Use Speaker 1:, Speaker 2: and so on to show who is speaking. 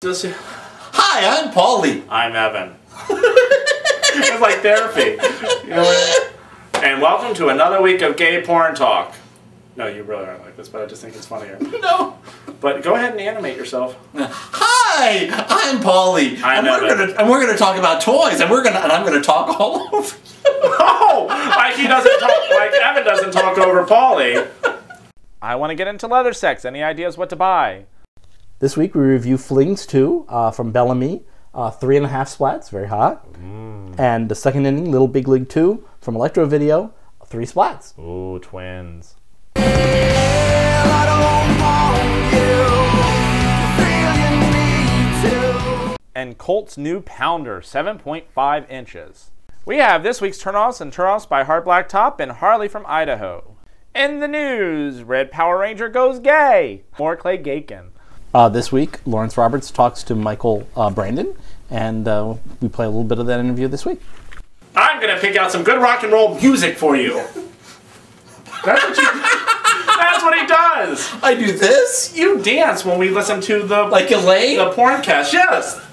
Speaker 1: This year.
Speaker 2: Hi, I'm Paulie.
Speaker 1: I'm Evan. it's like therapy. You know what? And welcome to another week of gay porn talk. No, you really aren't like this, but I just think it's funnier.
Speaker 2: No.
Speaker 1: But go ahead and animate yourself.
Speaker 2: Hi, I'm Paulie.
Speaker 1: I
Speaker 2: and
Speaker 1: know
Speaker 2: we're
Speaker 1: that.
Speaker 2: gonna and we're gonna talk about toys and we're gonna and I'm gonna talk all over.
Speaker 1: Oh, like he doesn't talk. Like Evan doesn't talk over Polly. I want to get into leather sex. Any ideas what to buy?
Speaker 3: This week we review Flings 2 uh, from Bellamy. Uh, three and a half splats, very hot. And the second inning, Little Big League 2 from Electro Video, three splats.
Speaker 1: Ooh, twins. And Colt's new pounder, 7.5 inches. We have this week's turnoffs and turnoffs by Hard Black Top and Harley from Idaho. In the news, Red Power Ranger goes gay. More Clay Gakin.
Speaker 3: Uh, this week, Lawrence Roberts talks to Michael uh, Brandon, and uh, we play a little bit of that interview this week.
Speaker 1: I'm gonna pick out some good rock and roll music for you. That's what you. that's what he does.
Speaker 2: I do this?
Speaker 1: You dance when we listen to the
Speaker 2: Like Elaine?
Speaker 1: the porncast. Yes.